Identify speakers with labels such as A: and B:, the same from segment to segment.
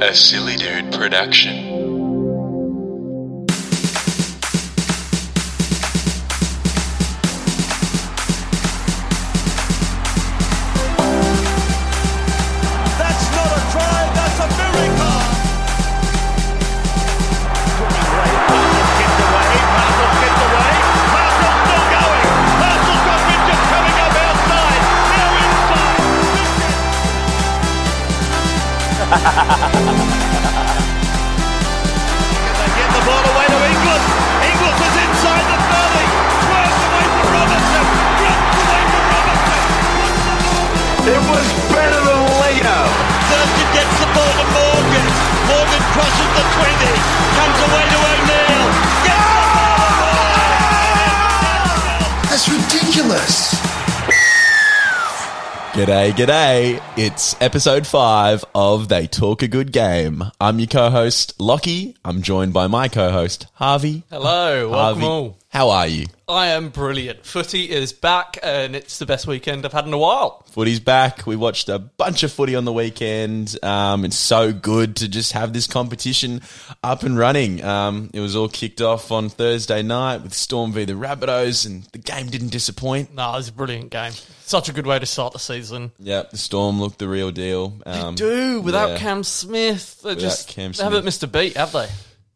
A: A Silly Dude production.
B: That's not a try, that's a miracle! Kicked away, Parcels kicked away, Parcels still going! Parcels got Richards coming up outside, now inside! Can they get the ball away to Inglis? Inglis is inside the 30, swerves away from Robertson, runs away from Robertson!
C: It was better than Leo.
B: Thurston gets the ball to Morgan. Morgan crosses the 20, comes away to O'Neill. Gets the ball to Morgan.
D: That's ridiculous.
E: G'day, g'day. It's episode five of They Talk a Good Game. I'm your co host, Lockie. I'm joined by my co host, Harvey.
F: Hello, welcome
E: Harvey,
F: all.
E: How are you?
F: I am brilliant. Footy is back, and it's the best weekend I've had in a while.
E: Footy's back. We watched a bunch of footy on the weekend. Um, it's so good to just have this competition up and running. Um, it was all kicked off on Thursday night with Storm v the Rabbitohs, and the game didn't disappoint.
F: No, it was a brilliant game. Such a good way to start the season.
E: Yeah, the Storm looked the real deal. Um,
F: Do without
E: yeah.
F: Cam Smith, they just
E: Cam
F: they haven't
E: Smith.
F: missed a beat, have they?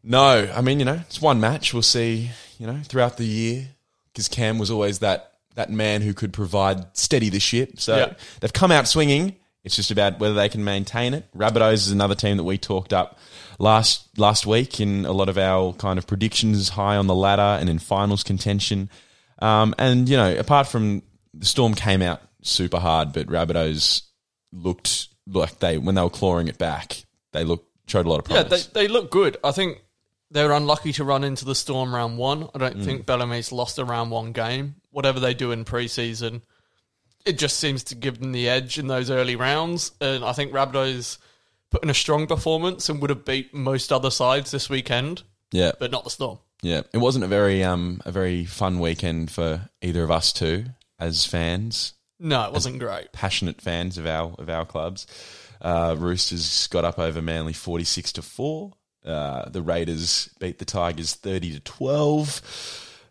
E: No, I mean, you know, it's one match. We'll see, you know, throughout the year because Cam was always that that man who could provide steady the ship. So
F: Yeah.
E: they've come out swinging. It's just about whether they can maintain it. Rabbitohs is another team that we talked up last last week in a lot of our kind of predictions, high on the ladder and in finals contention. Um, and you know, apart from the storm came out super hard, but Rabbitohs looked like they when they were clawing it back, they looked showed a lot of
F: Yeah,
E: promise.
F: they, they look good. I think they were unlucky to run into the storm round one. I
E: Mm.
F: don't think Bellamy's lost a round one game. Whatever they do in preseason, it just seems to give them the edge in those early rounds. And I think Rabbitohs put in a strong performance and would have beat most other sides this weekend,
E: yeah.
F: but not the storm.
E: Yeah, it wasn't a very um a very fun weekend for either of us two as fans,
F: No, it wasn't great.
E: passionate fans of our of our clubs. Uh, Roosters got up over Manly forty six to four. Uh, the Raiders beat the Tigers thirty to twelve.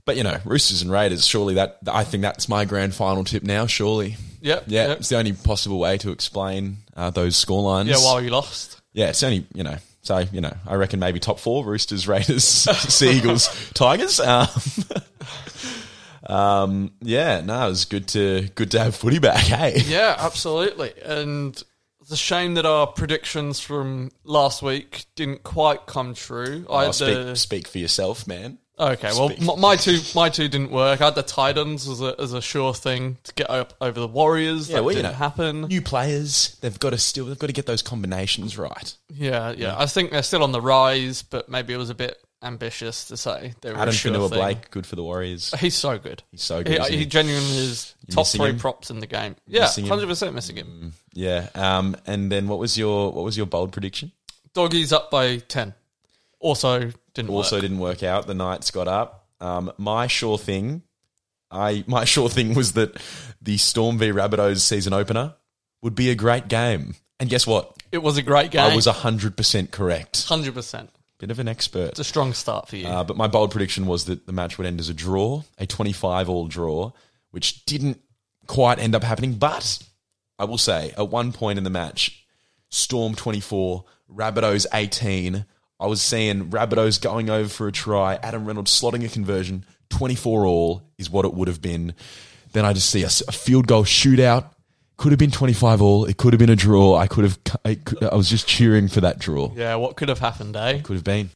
E: But you know, Roosters and Raiders. Surely that I think that's my grand final tip now. Surely,
F: Yep.
E: yeah,
F: Yep.
E: it's the only possible way to explain uh, those scorelines.
F: Yeah, while we lost.
E: Yeah, it's only you know. So you know, I reckon maybe top four: Roosters, Raiders, Seagulls, Tigers. Um, um, yeah, no, it was good to good to have footy back. Hey,
F: Yeah, absolutely. And it's a shame that our predictions from last week didn't quite come true. I
E: Oh,
F: had the-
E: speak, speak for yourself, man.
F: Okay, well,
E: Speak.
F: m- my two my two didn't work. I had the Titans as a as a sure thing to get up over the Warriors. that
E: well, you
F: didn't
E: know,
F: happen.
E: New players, they've got to still they've got to get those combinations right.
F: yeah, yeah, I think they're still on the rise, but maybe it was a bit ambitious to say they were a
E: Adam
F: sure
E: Fanua
F: thing.
E: Blake, good for the Warriors.
F: He's so good. He's
E: so good,
F: He,
E: isn't he?
F: genuinely is
E: You're
F: top
E: missing
F: three
E: him?
F: props in the game. Yeah,
E: missing him?
F: hundred percent missing him.
E: Yeah. Um, and then what was your what was your bold prediction?
F: Doggies up by ten. Also didn't
E: also
F: work.
E: didn't work out. The Knights got up. Um, my sure thing, I my sure thing was that the Storm v Rabbitohs season opener would be a great game. And guess what?
F: It was a great game.
E: I was hundred percent correct.
F: hundred percent.
E: Bit of an expert.
F: It's a strong start for you.
E: Uh, but my bold prediction was that the match would end as a draw, a 25 all draw, which didn't quite end up happening. But I will say, at one point in the match, Storm 24, Rabbitohs 18. I was seeing Rabbitohs going over for a try, Adam Reynolds slotting a conversion. 24 all is what it would have been. Then I just see a, s- a field goal shootout. Could have been 25 all. It could have been a draw. I could have. I, could, I was just cheering for that draw.
F: yeah, what could have happened, eh?
E: Could have been.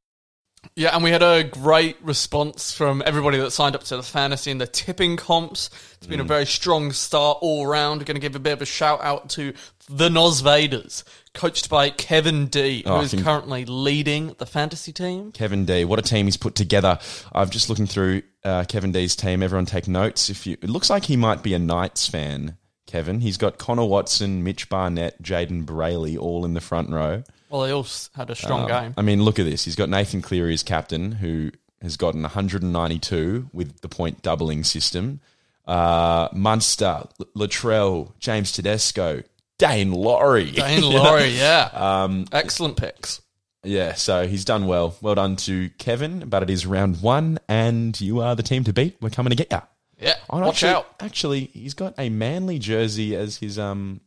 F: Yeah, and we had a great response from everybody that signed up to the fantasy and the tipping comps. It's
E: Mm.
F: been a very strong start all round. Going to give a bit of a shout out to the Nos Vaders, coached by Kevin D, who is
E: Oh, I think-
F: currently leading the fantasy team.
E: Kevin D. What a team he's put together. I've just looking through uh, Kevin D's team. Everyone take notes. If you, it looks like he might be a Knights fan. Kevin, he's got Connor Watson, Mitch Barnett, Jaden Brayley, all in the front row.
F: Well, they all s- had a strong game.
E: Um, I mean, look at this. He's got Nathan Cleary as captain, who has gotten 192 with the point doubling system. Uh, Munster, L- Latrell, James Tedesco, Dane Laurie.
F: Dane Laurie, yeah,
E: Um,
F: excellent picks.
E: Yeah, so he's done well. Well done to Kevin, but it is round one, and you are the team to beat. We're coming to get ya.
F: Yeah,
E: I'm
F: watch
E: actually,
F: out.
E: Actually, he's got a Manly jersey as his um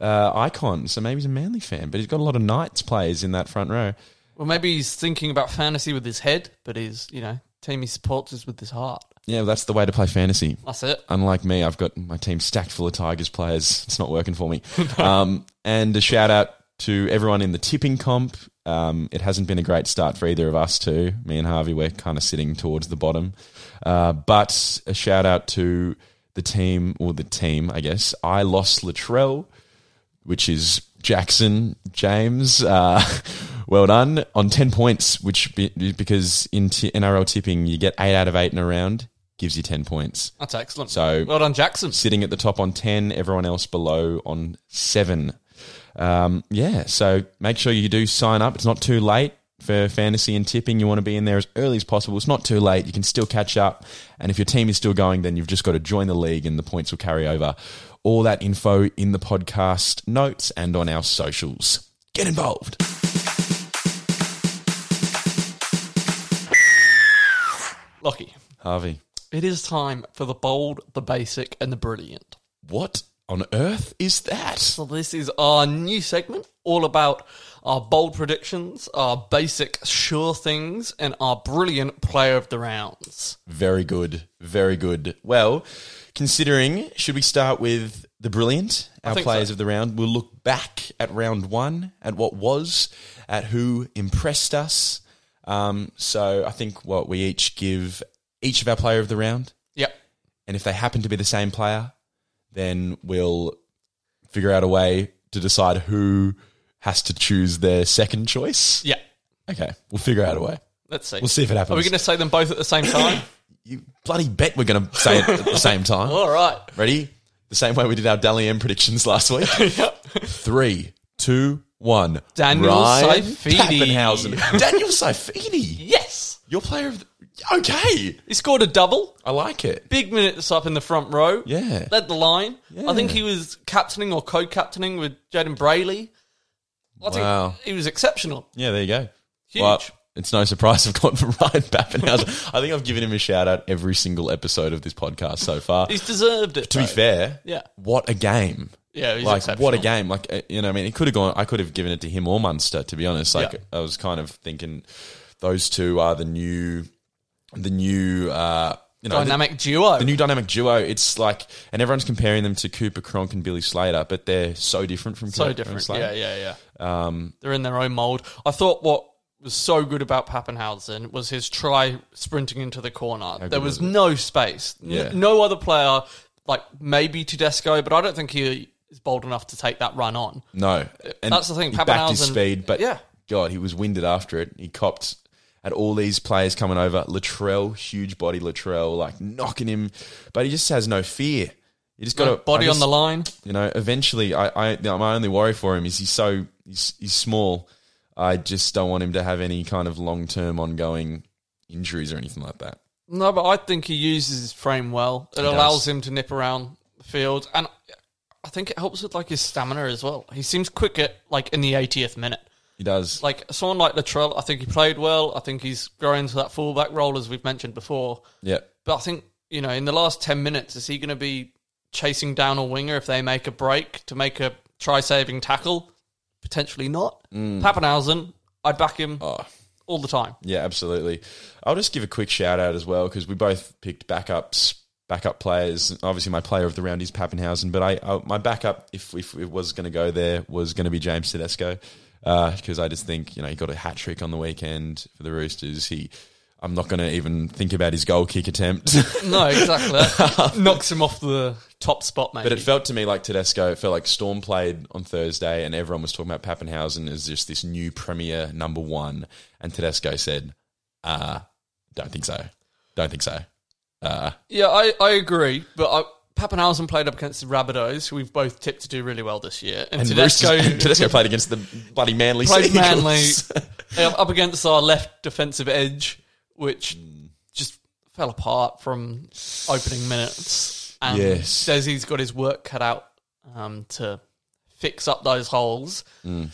E: uh, icon, so maybe he's a Manly fan, but he's got a lot of Knights players in that front row.
F: Well, maybe he's thinking about fantasy with his head, but his you know team he supports is with his heart.
E: Yeah, well, that's the way to play fantasy.
F: That's it.
E: Unlike me, I've got my team stacked full of Tigers players. It's not working for me. um, and a shout out to everyone in the tipping comp. Um, it hasn't been a great start for either of us, too. Me and Harvey, we're kind of sitting towards the bottom. Uh, but a shout out to the team, or the team, I guess. I lost Latrell, which is Jackson James. Uh, well done on ten points, which be, because in t- NRL tipping you get eight out of eight in a round gives you ten points.
F: That's excellent.
E: So-
F: well done, Jackson.
E: Sitting at the top on ten, everyone else below on seven. Um, yeah, so make sure you do sign up. It's not too late for fantasy and tipping. You want to be in there as early as possible. It's not too late. You can still catch up. And if your team is still going, then you've just got to join the league and the points will carry over. All that info in the podcast notes and on our socials. Get involved.
F: Lucky.
E: Harvey,
F: It is time for the bold, the basic, and the brilliant.
E: what on earth is that?
F: So this is our new segment, all about our bold predictions, our basic sure things, and our brilliant player of the rounds.
E: Very good. Very good. Well, considering, should we start with the brilliant, our
F: think
E: players
F: so.
E: of the round? We'll look back at round one, at what was, at who impressed us. Um, so I think what we each give each of our player of the round,
F: Yep.
E: and if they happen to be the same player, then we'll figure out a way to decide who has to choose their second choice.
F: Yeah.
E: Okay, we'll figure out a way.
F: Let's see.
E: We'll see if it happens.
F: Are we going to say them both at the same time?
E: You bloody bet we're going to say it at the same time.
F: all right.
E: Ready? The same way we did our Dally M predictions last week. Three, two, one.
F: Daniel
E: Ryan
F: Saifidi.
E: Pappenhausen. Daniel Saifidi.
F: Yes.
E: Your player of the- Okay.
F: He scored a double.
E: I like it.
F: Big minutes up in the front row.
E: Yeah.
F: Led the line.
E: Yeah.
F: I think he was captaining or co-captaining with Jaden Brayley. I think
E: Wow.
F: he was exceptional.
E: Yeah, there you go.
F: Huge.
E: Well, it's no surprise I've gone for Ryan Pappenhausen. I think I've given him a shout out every single episode of this podcast so far.
F: He's deserved it.
E: to be
F: though.
E: fair,
F: Yeah.
E: what a game.
F: Yeah, he's
E: like
F: exceptional.
E: what a game! Like uh, you know, I mean, it could have gone. I could have given it to him or Munster. To be honest, like
F: Yeah.
E: I was kind of thinking, those two are the new, the new, uh, you know, the-
F: Dynamic duo.
E: the new dynamic duo. It's like, and everyone's comparing them to Cooper Cronk and Billy Slater, but they're so different from
F: so
E: Cooper
F: different.
E: Cronk and
F: Yeah,
E: Slater.
F: yeah, yeah.
E: Um,
F: They're in their own mold. I thought what was so good about Pappenhausen was his try sprinting into the corner. There was, no space. N-
E: Yeah.
F: no other player, like maybe Tedesco, but I don't think he is bold enough to take that run on.
E: No, and
F: That's the thing,
E: He backed his
F: Pappenhausen-
E: speed, but
F: yeah.
E: God, he was winded after it. He copped at all these players coming over. Latrell, huge body, Latrell, like knocking him, but he just has no fear. You just got to
F: Body on the line.
E: you know, eventually, I, I my only worry for him is he's so he's, he's small. I just don't want him to have any kind of long term ongoing injuries or anything like that.
F: No, but I think he uses his frame well. It allows him to nip around the field, and I think it helps with like his stamina as well. He seems quick at like in the 80th minute.
E: He does.
F: Like someone like Latrell, I think he played well. I think he's growing to that fullback role as we've mentioned before.
E: yeah,
F: But I think you know, in the last 10 minutes, is he going to be chasing down a winger if they make a break to make a try-saving tackle? Potentially not.
E: Mm.
F: Pappenhausen, I'd back him
E: Ah.
F: all the time.
E: yeah, absolutely. I'll just give a quick shout out as well because we both picked backups, backup players. Obviously, my player of the round is Pappenhausen, but I, I my backup, if if it was going to go there, was going to be James Tedesco. because I just think you know he got a hat trick on the weekend for the Roosters. He, I'm not going to even think about his goal kick attempt.
F: No, exactly. That knocks him off the top spot, mate.
E: But it felt to me like Tedesco. It felt like Storm played on Thursday, and everyone was talking about Pappenhausen as just this new premier number one. And Tedesco said, "Uh, don't think so. Don't think so." Uh,
F: yeah, I, I agree, but I, Pappenhausen played up against the Rabbitohs, who we've both tipped to do really well this year, and,
E: and
F: Tedesco
E: Roosters- Tedesco played against the bloody Manly.
F: played Manly
E: Seagulls.
F: uh, up against our left defensive edge, which just fell apart from opening minutes. And
E: Yes.
F: Desi's got his work cut out um, to fix up those holes
E: Mm.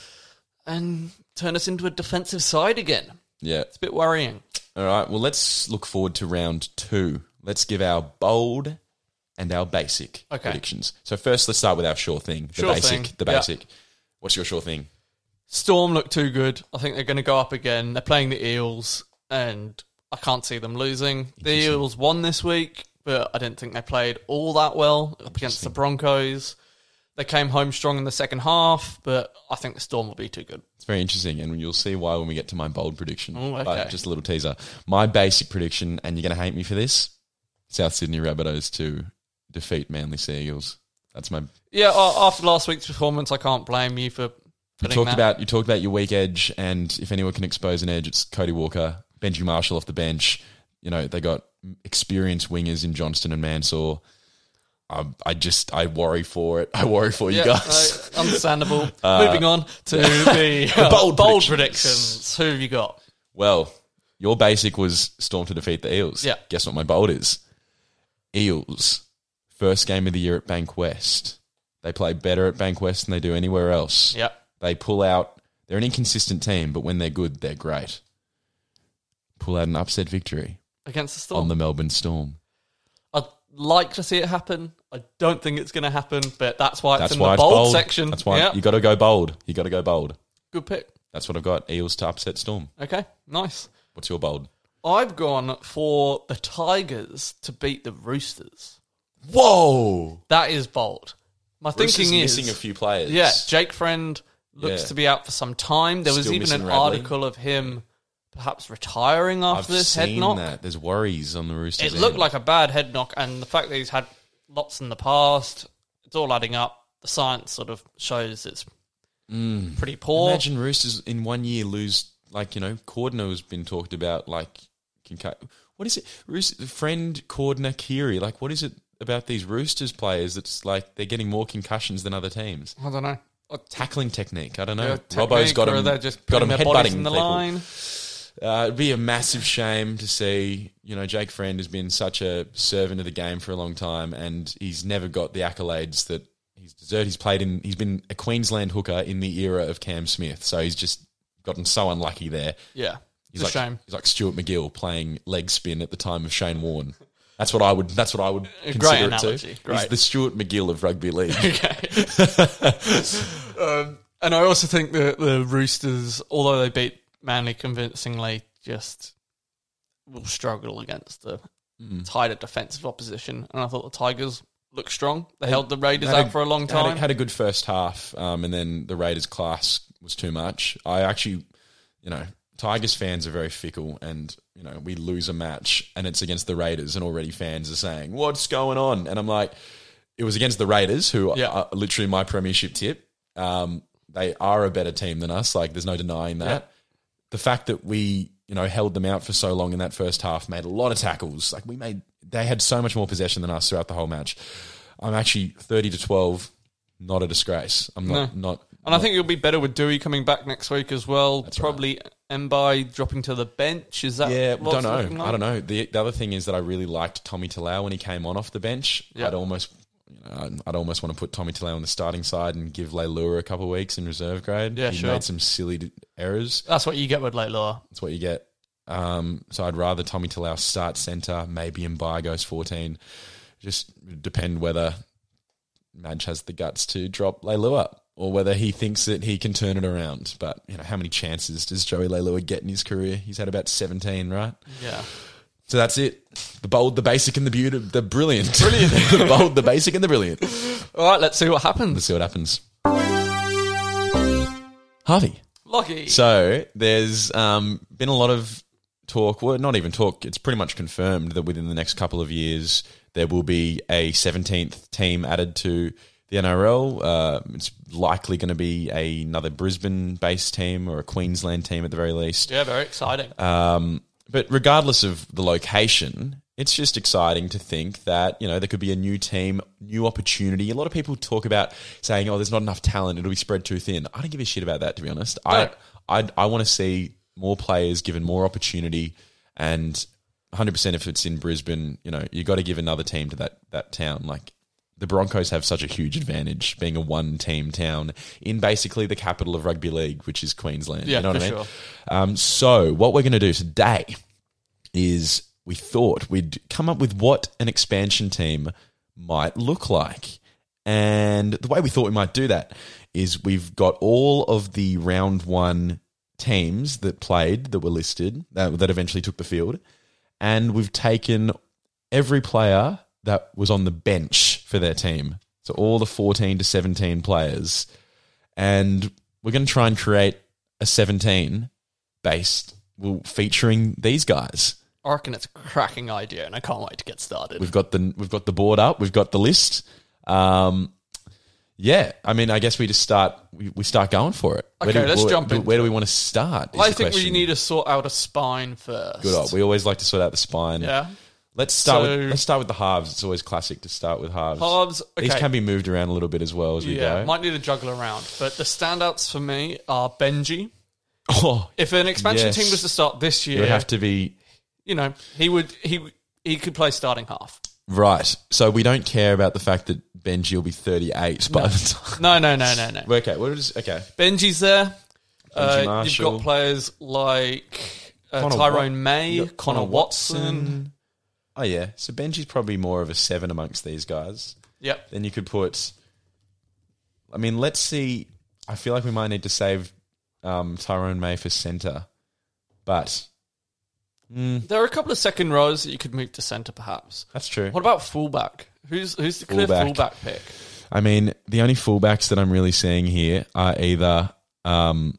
F: and turn us into a defensive side again.
E: yeah.
F: It's a bit worrying.
E: All right. Well, let's look forward to round two. Let's give our bold and our basic
F: Okay.
E: predictions. So first, let's start with our sure thing. The
F: Sure
E: basic.
F: thing,
E: The
F: yeah.
E: basic. What's your sure thing?
F: Storm look too good. I think they're going to go up again. They're playing the Eels, and I can't see them losing. The Eels won this week, but I didn't think they played all that well up against the Broncos. They came home strong in the second half, but I think the Storm will be too good.
E: It's very interesting, and you'll see why when we get to my bold prediction.
F: Oh, okay.
E: But just a little teaser. My basic prediction, and you're going to hate me for this: South Sydney Rabbitohs to defeat Manly Seagulls. That's my.
F: Yeah, a- after last week's performance, I can't blame you for
E: You
F: putting
E: talked
F: that.
E: about you talked about your weak edge, and if anyone can expose an edge, it's Cody Walker, Benji Marshall off the bench. You know they got experienced wingers in Johnston and Mansour. I, I just I worry for it. I worry for you
F: yeah,
E: guys.
F: no, understandable. Moving on to the,
E: The
F: uh,
E: bold
F: bold
E: predictions.
F: predictions. Who have you got?
E: Well, your basic was Storm to defeat the Eels.
F: Yeah.
E: Guess what my bold is? Eels. First game of the year at Bankwest. They play better at Bankwest than they do anywhere else.
F: Yeah,
E: They pull out. They're an inconsistent team, but when they're good, they're great. Pull out an upset victory
F: against the Storm.
E: on the Melbourne Storm.
F: I'd like to see it happen. I don't think it's going to happen, but that's why it's
E: That's
F: in
E: why
F: the
E: it's
F: bold,
E: bold
F: section.
E: That's why
F: Yep.
E: you got to go bold. You got to go bold.
F: good pick.
E: That's what I've got. Eels to upset Storm.
F: Okay, nice.
E: What's your bold?
F: I've gone for the Tigers to beat the Roosters.
E: Whoa!
F: That is bold. My
E: Roosters
F: thinking is
E: missing a few players.
F: Yeah, Jake Friend looks
E: Yeah.
F: to be out for some time. There was
E: Still
F: even
E: missing
F: an
E: Radley.
F: article of him perhaps retiring after this head knock.
E: that. There's worries on the Roosters.
F: It looked
E: end.
F: like a bad head knock, and the fact that he's had lots in the past, it's all adding up. The science sort of shows it's
E: Mm.
F: pretty poor.
E: Imagine Roosters in one year lose like you know Cordner has been talked about like concu- what is it Roosters, friend Cordner Kiri like what is it about these Roosters players that's like they're getting more concussions than other teams
F: I don't know.
E: tackling technique I don't know
F: Yeah,
E: Robbo's got
F: technique, or
E: him
F: they're just
E: got him
F: putting their bodies
E: headbutting
F: in the
E: people.
F: line.
E: Uh, it'd be a massive shame to see, you know, Jake Friend has been such a servant of the game for a long time, and he's never got the accolades that he's deserved. He's played in, he's been a Queensland hooker in the era of Cam Smith, so he's just gotten so unlucky there.
F: Yeah,
E: He's
F: it's a
E: like,
F: shame.
E: He's like Stuart McGill playing leg spin at the time of Shane Warne. That's what I would. That's what I would
F: A
E: consider
F: great
E: it
F: analogy.
E: to. He's
F: Great.
E: the Stuart McGill of rugby league.
F: Um, and I also think that the Roosters, although they beat Manly convincingly, just will struggle against the
E: Mm.
F: tighter defensive opposition. And I thought the Tigers looked strong. They held the Raiders
E: had
F: out for a long
E: had
F: time.
E: Had a, good first half, um, and then the Raiders class was too much. I actually, you know, Tigers fans are very fickle, and you know, we lose a match and it's against the Raiders, and already fans are saying, "What's going on?" And I'm like, it was against the Raiders, who
F: Yeah.
E: are literally my premiership tip. Um, they are a better team than us. Like, there's no denying that. The fact that we, you know, held them out for so long in that first half, made a lot of tackles. Like, we made, they had so much more possession than us throughout the whole match. I'm actually 30 to 12, not a disgrace. I'm not, not,
F: and I think it'll be better with Dewey coming back next week as well. Probably Mbai dropping to the bench. Is that
E: yeah,
F: what's
E: don't know.
F: looking like?
E: I don't know. The, the other thing is that I really liked Tommy Talau when he came on off the bench.
F: Yeah.
E: I'd almost, you know, I'd, I'd almost want to put Tommy Talau on the starting side and give Leilua a couple of weeks in reserve grade.
F: Yeah,
E: he
F: sure.
E: made some silly d- errors.
F: That's what you get with late Law.
E: That's what you get. Um, so I'd rather Tommy Talau start centre, maybe Mbai goes 14. Just depend whether Madge has the guts to drop Leilua or whether he thinks that he can turn it around. But, you know, how many chances does Joey Leilua get in his career? He's had about 17, right?
F: Yeah.
E: So that's it. The bold, the basic, and the beauty, the brilliant. Brilliant. the bold, the basic, and the brilliant.
F: All right, let's see what happens.
E: Let's see what happens. Harvey,
F: Lucky.
E: So there's um, been a lot of talk. Well, not even talk. It's pretty much confirmed that within the next couple of years there will be a 17th team added to the NRL. Uh, it's likely going to be a- another Brisbane-based team or a Queensland team at the very least.
F: yeah, very exciting.
E: Um, but regardless of the location, it's just exciting to think that you know there could be a new team, new opportunity. A lot of people talk about saying, "Oh, there's not enough talent; it'll be spread too thin." I don't give a shit about that, to be honest.
F: No.
E: I I, I want to see more players given more opportunity, and 100 percent if it's in Brisbane, you know, you got to give another team to that that town. Like the Broncos have such a huge advantage being a one team town in basically the capital of rugby league, which is Queensland.
F: Yeah,
E: you know what
F: for
E: I mean?
F: sure.
E: Um, so, what we're going to do today is we thought we'd come up with what an expansion team might look like. And the way we thought we might do that is we've got all of the round one teams that played, that were listed, that, that eventually took the field. And we've taken every player that was on the bench for their team. So, all the 14 to 17 players. And we're going to try and create a 17 based well, featuring these guys.
F: I reckon it's a cracking idea, and I can't wait to get started.
E: We've got the we've got the board up. We've got the list. Um, yeah, I mean, I guess we just start we, we start going for it.
F: Okay,
E: do,
F: let's
E: where,
F: jump
E: do-
F: into
E: Where do we want to start? is
F: I
E: the
F: think we
E: question.
F: need to sort out a spine first.
E: good. Old. We always like to sort out the spine.
F: yeah.
E: Let's start.
F: So-
E: with, let's start with the halves. It's always classic to start with halves.
F: Halves,
E: These
F: okay.
E: can be moved around a little bit as well as we
F: Yeah,
E: go.
F: might need to juggle around. But the standouts for me are Benji.
E: oh,
F: If an expansion
E: Yes.
F: team was to start this
E: it
F: year,
E: would have to be
F: you know, he would he he could play starting half.
E: right. So we don't care about the fact that Benji will be thirty-eight by the time.
F: No, no, no, no, no.
E: Okay, what is okay?
F: Benji's there.
E: Benji
F: uh, you've
E: Marshall.
F: got players like uh,
E: Connor Wat-
F: Tyrone May,
E: you
F: Connor,
E: got Connor
F: Watson.
E: Oh yeah, so Benji's probably more of a seven amongst these guys.
F: Yep.
E: Then you could put. I mean, let's see. I feel like we might need to save um, Tyrone May for center, but
F: There are a couple of second rows that you could move to centre, perhaps.
E: that's true.
F: What about fullback? Who's who's the clear
E: Fullback.
F: fullback pick?
E: I mean, the only fullbacks that I'm really seeing here are either um,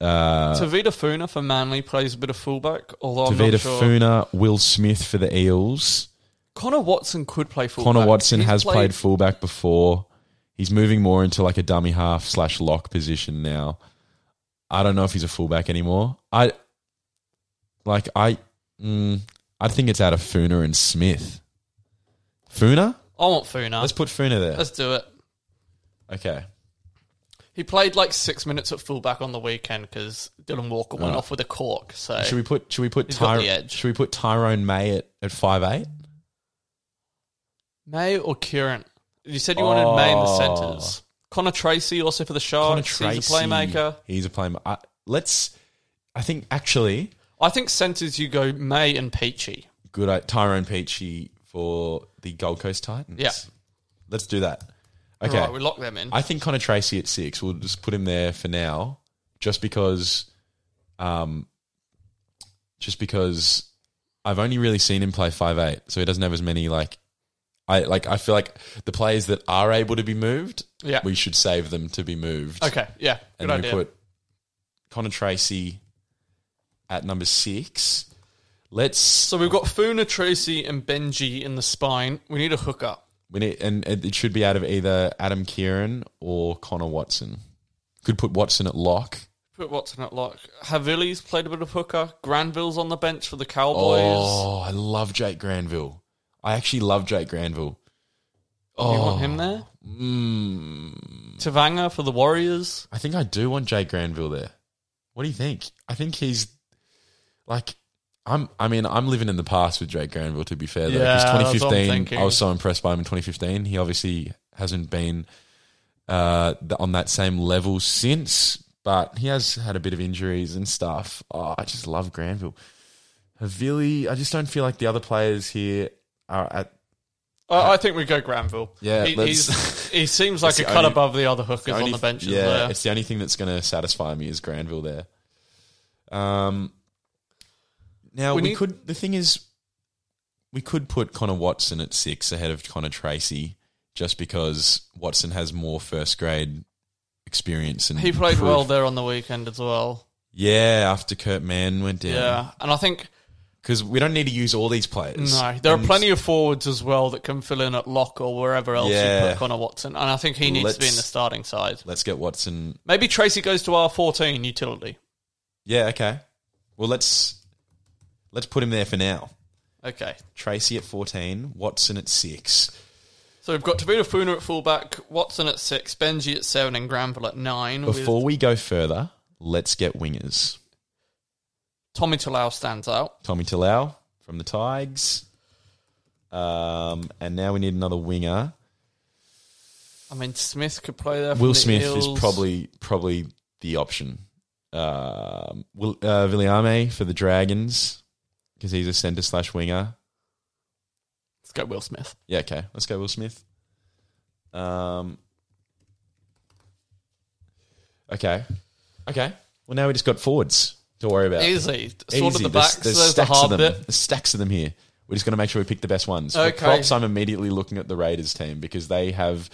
E: uh,
F: So Tavita Funa for Manly plays a bit of fullback, although I'm
E: Tavita
F: not sure.
E: Funa, Will Smith for the Eels.
F: Connor Watson could play fullback.
E: Connor Watson
F: He's
E: has played, fullback before. He's moving more into like a dummy half slash lock position now. I don't know if he's a fullback anymore. I like I mm, I think it's out of Funa and Smith. Funa?
F: I want Funa.
E: Let's
F: Let's,
E: put Funa there.
F: do it.
E: Okay.
F: He played like six minutes at fullback on the weekend because Dylan Walker went
E: Alright.
F: off with a cork. So
E: Oh. Should we put should we put
F: He's got
E: Ty-
F: the edge.
E: should we put Tyrone May at, at five eight?
F: May or Kieran? You said you wanted May in the
E: Oh.
F: centres. Connor Tracy also for the Sharks. Oh, He's a playmaker.
E: He's a playmaker. I, let's I think actually
F: I think centres you go May and Peachy.
E: good at Tyrone Peachy for the Gold Coast Titans.
F: Yeah.
E: Let's do that.
F: Okay.
E: Okay.
F: Right, we lock them in.
E: I think Connor Tracy at six. We'll just put him there for now, just because, um, just because I've only really seen him play five eight, so he doesn't have as many like. I like. I feel like the players that are able to be moved,
F: Yeah.
E: we should save them to be moved.
F: okay. Yeah.
E: and
F: Good
E: we
F: idea.
E: put Connor Tracy at number six. Let's
F: so we've got Funa, Tracy, and Benji in the spine. We need a hooker.
E: We need, and it it should be out of either Adam Kieran or Connor Watson. Could put Watson at lock.
F: Put Watson at lock. Havili's played a bit of hooker. Granville's on the bench for the Cowboys.
E: Oh, I love Jake Granville. I actually love Jake Granville. Oh.
F: You want him there?
E: Hmm.
F: Mm. Tavanga for the Warriors.
E: I think I do want Jake Granville there. What do you think? I think he's like I'm I mean, I'm living in the past with Jake Granville to be fair though. 'cause
F: Yeah, that's what I'm
E: 2015
F: thinking.
E: I was so impressed by him in 2015. He obviously hasn't been uh, th- on that same level since, but he has had a bit of injuries and stuff. Oh, I just love Granville. Havili, I just don't feel like the other players here are at
F: I, I think we go Granville.
E: Yeah,
F: he,
E: let's-
F: he's, he seems like
E: It's
F: a
E: the
F: cut
E: only-
F: above the other hookers on
E: only-
F: the bench.
E: Yeah,
F: Yeah,
E: it's the only thing that's going to satisfy me is Granville there. Um, now
F: We
E: we,
F: need-
E: could. The thing is, we could put Connor Watson at six ahead of Connor Tracy, just because Watson has more first grade experience. And
F: He played
E: proof.
F: well there on the weekend as well.
E: Yeah, after Kurt Mann went
F: Yeah.
E: down.
F: And I think,
E: Because we don't need to use all these players.
F: no, there are
E: And
F: plenty of forwards as well that can fill in at lock or wherever else you
E: Yeah.
F: put Connor Watson. And I think he needs to be in the
E: Let's-
F: starting side.
E: Let's get Watson.
F: Maybe Tracy goes to R14 utility.
E: Yeah, okay. Well, let's let's put him there for now.
F: Okay.
E: Tracy at 14, Watson at 6.
F: So we've got Tabita Funa at fullback, Watson at six, Benji at seven, and Granville at nine.
E: Before
F: with
E: we go further, let's get wingers.
F: Tommy Talau stands out.
E: Tommy Talau from the Tigers. Um, and now we need another winger.
F: I mean, Smith could play there. from
E: Will
F: the
E: Smith
F: Eels.
E: is probably probably the option. Um, Will uh, Villiame for the Dragons because he's a centre slash winger.
F: Let's go Will Smith.
E: Yeah, okay. Let's go Will Smith. Um, okay, okay. Well, now we just got forwards to worry about.
F: Easy. Sort of the
E: There's-
F: backs.
E: there's
F: There's, the
E: stacks of
F: hard
E: them.
F: bit.
E: There's stacks of them here. We're just going to make sure we pick the best ones. For
F: Okay.
E: props, I'm immediately looking at the Raiders team because they have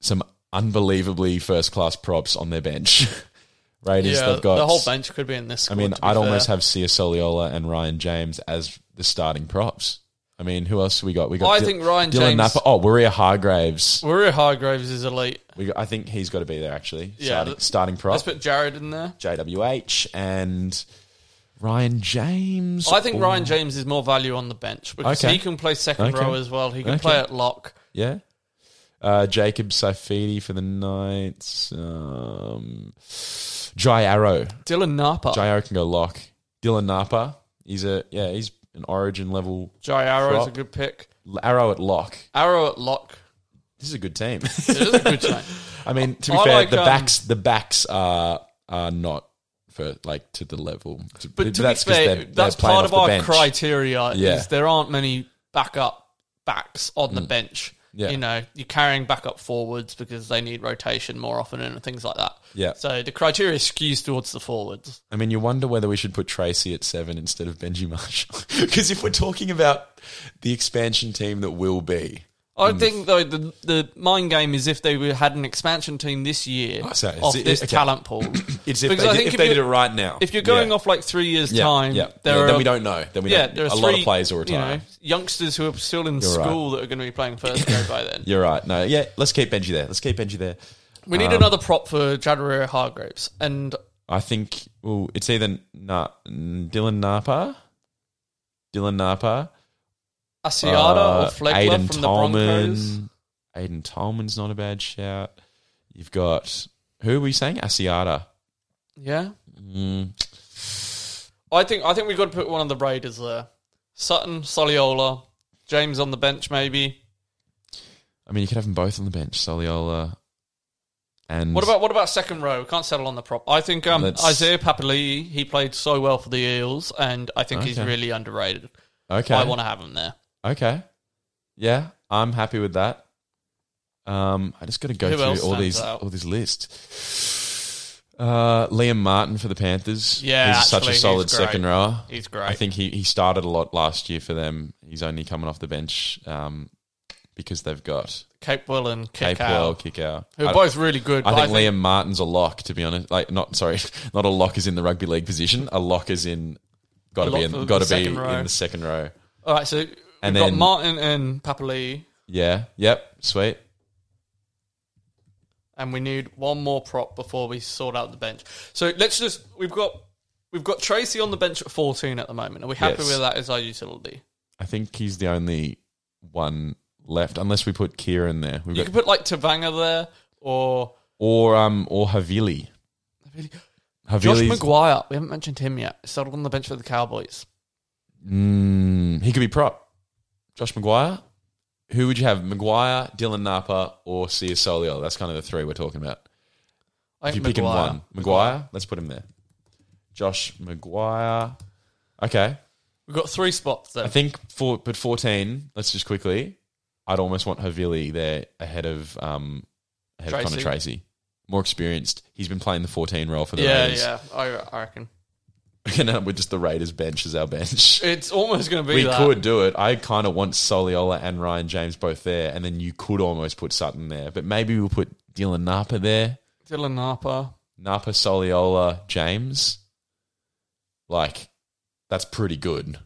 E: some unbelievably first class props on their bench. Raiders,
F: Yeah,
E: they've got
F: the whole bench could be in this.
E: I
F: Squad,
E: mean,
F: to be
E: I'd almost
F: fair.
E: have Sia Soliola and Ryan James as the starting props. I mean, who else we got? We got.
F: I think Ryan
E: Dylan
F: James-
E: Napa. Oh, Waria Hargraves.
F: Warrior Hargraves is elite.
E: We got, I think he's got to be there actually.
F: Yeah,
E: starting,
F: that-
E: starting prop.
F: Let's put Jared in there.
E: JWH and Ryan James.
F: I think
E: Ooh.
F: Ryan James is more value on the bench because
E: Okay.
F: he can play second
E: Okay.
F: row as well. He can
E: Okay.
F: play at lock.
E: Yeah. Uh, Jacob Saifidi for the Knights. Um, Jai Arrow.
F: Dylan Napa.
E: Jai Arrow can go lock. Dylan Napa. He's a yeah. He's an Origin level
F: Jai Arrow is a
E: Prop.
F: good pick.
E: Arrow at lock.
F: Arrow at lock.
E: This is a good team.
F: It is a good time.
E: I mean, to be
F: I
E: fair,
F: like,
E: the
F: um,
E: backs the backs are are not for like to the level.
F: But to
E: that's
F: that's
E: 'cause
F: be fair,
E: they're- they're
F: that's
E: playing
F: part
E: off the
F: of our
E: bench.
F: criteria.
E: Yeah. Mm.
F: Is there aren't many backup backs on the bench.
E: Yeah.
F: You know, you're carrying backup forwards because they need rotation more often and things like that.
E: Yeah.
F: So the criteria skews towards the forwards.
E: I mean, you wonder whether we should put Tracy at seven instead of Benji Marshall. Because if we're talking about the expansion team that will be,
F: I think though the the mind game is if they were- had an expansion team this year
E: Oh, so it's-
F: off
E: it-
F: this
E: okay.
F: talent pool.
E: it's if
F: Because
E: they,
F: I
E: did,
F: think
E: if
F: if
E: they
F: you-
E: did it right now.
F: If you're going
E: Yeah.
F: off like three years
E: Yeah,
F: time,
E: yeah.
F: there
E: Yeah,
F: are
E: then we don't know. Then we
F: yeah,
E: don't,
F: there are
E: a lot
F: three,
E: of players are
F: you know,
E: retiring.
F: youngsters who are still in
E: right.
F: school that are going to be playing first grade by then.
E: You're right. No, yeah, let's keep Benji there. Let's keep Benji there.
F: We
E: Um,
F: need another prop for Jadario Hargraves, and
E: I think well, it's either Na- Dylan Napa, Dylan Napa,
F: Asiata
E: Uh,
F: or Flegler from the Broncos.
E: Aiden Tolman's not a bad shout. You've got who are we saying? Asiata.
F: Yeah,
E: Mm,
F: I think I think we've got to put one of the Raiders there. Sutton, Soliola, James on the bench, maybe.
E: I mean, you could have them both on the bench, Soliola and
F: What about what about second row? We can't settle on the prop. I think um,
E: Let's-
F: Isaiah Papali'i. He played so well for the Eels, and I think he's
E: Okay.
F: really underrated.
E: okay?
F: I want to have him there.
E: okay, yeah, I'm happy with that. Um, I just got to go
F: Who else
E: through all
F: stands
E: these
F: out?
E: all this list. Uh, Liam Martin for the Panthers.
F: Yeah,
E: he's
F: actually,
E: such a
F: he's
E: solid
F: great.
E: second rower.
F: He's great.
E: I think he, he started a lot last year for them. He's only coming off the bench um, because they've got
F: Cape Will and Kick
E: Capewell, Kickow.
F: who are
E: I-
F: both really good.
E: I
F: but
E: think Liam Martin's a lock, to be honest. Like, not sorry, not a lock is in the rugby league position. A lock is in got to
F: lock
E: be
F: for
E: in
F: the
E: got to be
F: second row.
E: in the second row.
F: All right, so we've
E: And
F: got
E: then-
F: Martin and Papali'i,
E: Yeah. Yep. Sweet.
F: and we need one more prop before we sort out the bench. So let's just we've got we've got Tracy on the bench at fourteen at the moment. Are we happy
E: Yes.
F: with that as our utility?
E: I think he's the only one left, unless we put Kieran there. We've
F: You
E: got,
F: could put like Tavanga there or
E: or um or Havili.
F: Josh
E: Havili's-
F: McGuire. We haven't mentioned him yet. Started on the bench for the Cowboys.
E: Mm, he could be prop. Josh Maguire. Who would you have? Maguire, Dylan Napa, or Sia Solio? That's kind of the three we're talking about.
F: I
E: If
F: think
E: you're picking
F: Maguire.
E: one, Maguire, let's put him there. Josh Maguire. Okay.
F: We've got three spots there.
E: I think for but fourteen. Let's just quickly. I'd almost want Havili there ahead of um ahead of Connor
F: Tracy.
E: Tracy. More experienced. He's been playing the fourteen role for the
F: yeah,
E: Raiders.
F: yeah, I, I reckon
E: We're gonna with just the Raiders bench as our bench.
F: it's almost going to be.
E: We
F: that.
E: could do it. I kind of want Soliola and Ryan James both there, and then you could almost put Sutton there, but maybe we'll put Dylan Napa there.
F: Dylan Harper.
E: Napa Soliola James. Like, that's pretty good.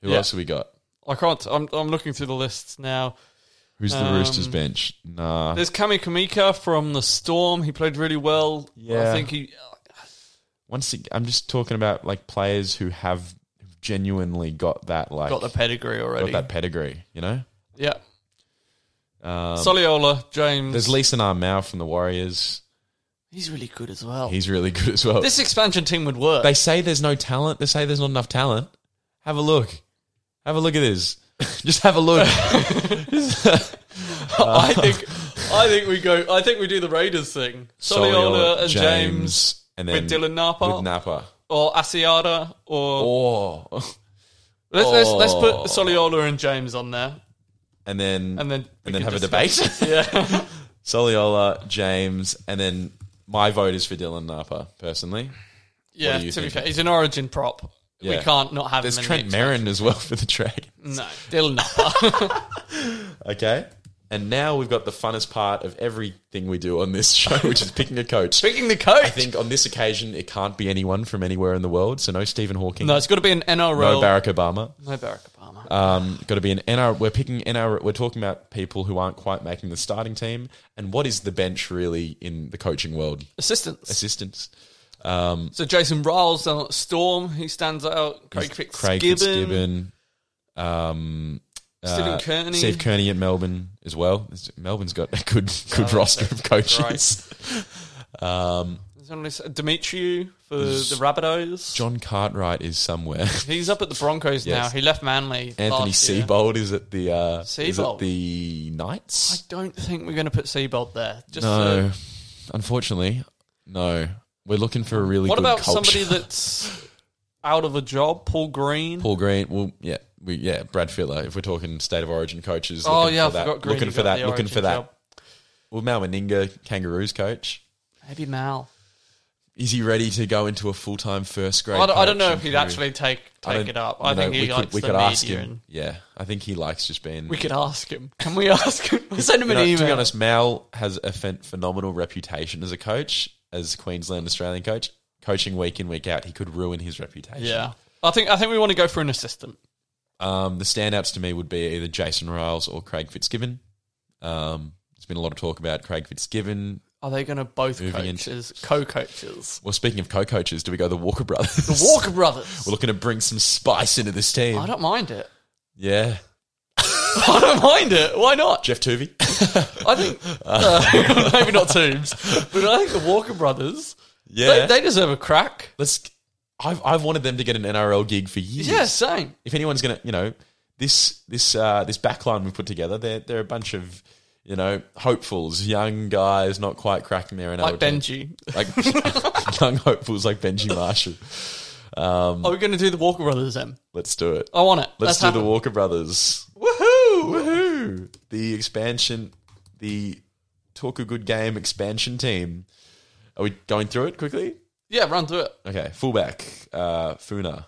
E: Who
F: Yeah.
E: else have we got?
F: I can't. I'm, I'm looking through the lists now.
E: Who's the Roosters
F: Um,
E: bench? Nah.
F: There's Kami Kamika from the Storm. He played really well.
E: Yeah.
F: I think he.
E: Once ag- I'm just talking about like players who have who've genuinely got that like
F: got the pedigree
E: got
F: already.
E: that pedigree, you know.
F: yeah.
E: Um,
F: Soliola, James.
E: there's Leeson Armau from the Warriors.
F: He's really good as well.
E: He's really good as well.
F: Oh. this expansion team would work.
E: they say there's no talent. They say there's not enough talent. Have a look. Have a look at this. just have a look.
F: I think I think we go I think we do the Raiders thing. Soliola and James,
E: and
F: with Dylan Napa.
E: With Napa.
F: or Asiata or
E: Oh.
F: let's, let's let's put
E: Oh.
F: Soliola and James on there.
E: And then
F: And then we
E: and then
F: can
E: have a debate.
F: discuss. Yeah.
E: Soliola, James, and then my vote is for Dylan Napa personally.
F: yeah,
E: do you
F: to be
E: think?
F: fair. He's an origin prop.
E: Yeah.
F: We can't not have
E: There's
F: him in
E: Trent
F: the Mm.
E: Merrin as well for the Dragons.
F: No, Dylan Napa.
E: Okay. And now we've got the funnest part of everything we do on this show, which is picking a coach.
F: Picking the coach.
E: I think on this occasion it can't be anyone from anywhere in the world. So no Stephen Hawking,
F: no, it's got to be an NRL.
E: no Barack Obama.
F: no Barack Obama.
E: Um, got to be an NR. We're picking NR. We're talking about people who aren't quite making the starting team, and what is the bench really in the coaching world?
F: Assistants.
E: Assistants.
F: so Jason Riles down at Storm, he stands out. Craig Fitzgibbon.
E: Craig Fitzgibbon, um,
F: Stephen
E: uh,
F: Kearney.
E: Steve Kearney at Melbourne as well. Melbourne's got a good good
F: Oh,
E: roster of coaches. Um,
F: There's only s- Demetriou for the Rabbitohs.
E: John Cartwright is somewhere.
F: He's up at the Broncos now.
E: Yes.
F: He left Manly.
E: Anthony
F: last year.
E: Seabold is at the uh, is at
F: Seibold.
E: the
F: I
E: Knights.
F: don't think we're going to put Seabold there. Just
E: No,
F: so-
E: unfortunately, no. We're looking for a really.
F: What
E: good
F: about
E: culture.
F: somebody that's out of a job? Paul Green.
E: Paul Green? Well, yeah, we, yeah, Brad Fittler. If we're talking state of origin coaches,
F: oh
E: looking
F: yeah, I
E: for that,
F: forgot Green.
E: looking
F: He
E: for
F: got
E: that,
F: the
E: looking for
F: origin
E: that.
F: job.
E: Well, Mal Meninga, Kangaroos coach,
F: Maybe Mal.
E: is he ready to go into a full time first grade?
F: I don't, I don't
E: coach
F: know
E: and
F: if he'd
E: career?
F: actually take
E: I
F: take
E: don't-
F: it up.
E: you
F: I
E: know,
F: think he
E: we could-
F: likes
E: we
F: the
E: could
F: media.
E: ask him.
F: And
E: Yeah, I think he likes just being.
F: we could ask him. Can we ask him? Send him
E: You
F: an
E: know,
F: email.
E: To be honest, Mal has a phen- phenomenal reputation as a coach, as Queensland Australian coach. Coaching week in week out, he could ruin his reputation.
F: yeah. I think I think we want to go for an assistant.
E: Um, the standouts to me would be either Jason Riles or Craig Fitzgibbon. Um, there's been a lot of talk about Craig Fitzgibbon.
F: Are they going to both
E: Moving into-
F: coaches, co-coaches,
E: Well, speaking of co-coaches, do we go the Walker brothers?
F: the Walker brothers?
E: We're looking to bring some spice into this team.
F: I don't mind it.
E: yeah,
F: I don't mind it. Why not?
E: Jeff Tuvey.
F: I think uh, maybe not Toombs, but I think the Walker brothers
E: yeah,
F: they, they deserve a crack.
E: let's. I've I've wanted them to get an NRL gig for years.
F: Yeah, same.
E: if anyone's gonna, you know, this this uh, this backline we've put together, they're they're a bunch of you know hopefuls, young guys not quite cracking their NRL.
F: Like
E: team.
F: Benji.
E: like young hopefuls like Benji Marshall.
F: Are we going to do the Walker brothers then?
E: Let's do it.
F: I want it.
E: Um, Let's do the
F: Walker.
E: Walker Brothers.
F: Woohoo!
E: Woohoo! The expansion, the talk a good game expansion team. Are we going through it quickly?
F: Yeah, run through it.
E: Okay, fullback, uh, Funa.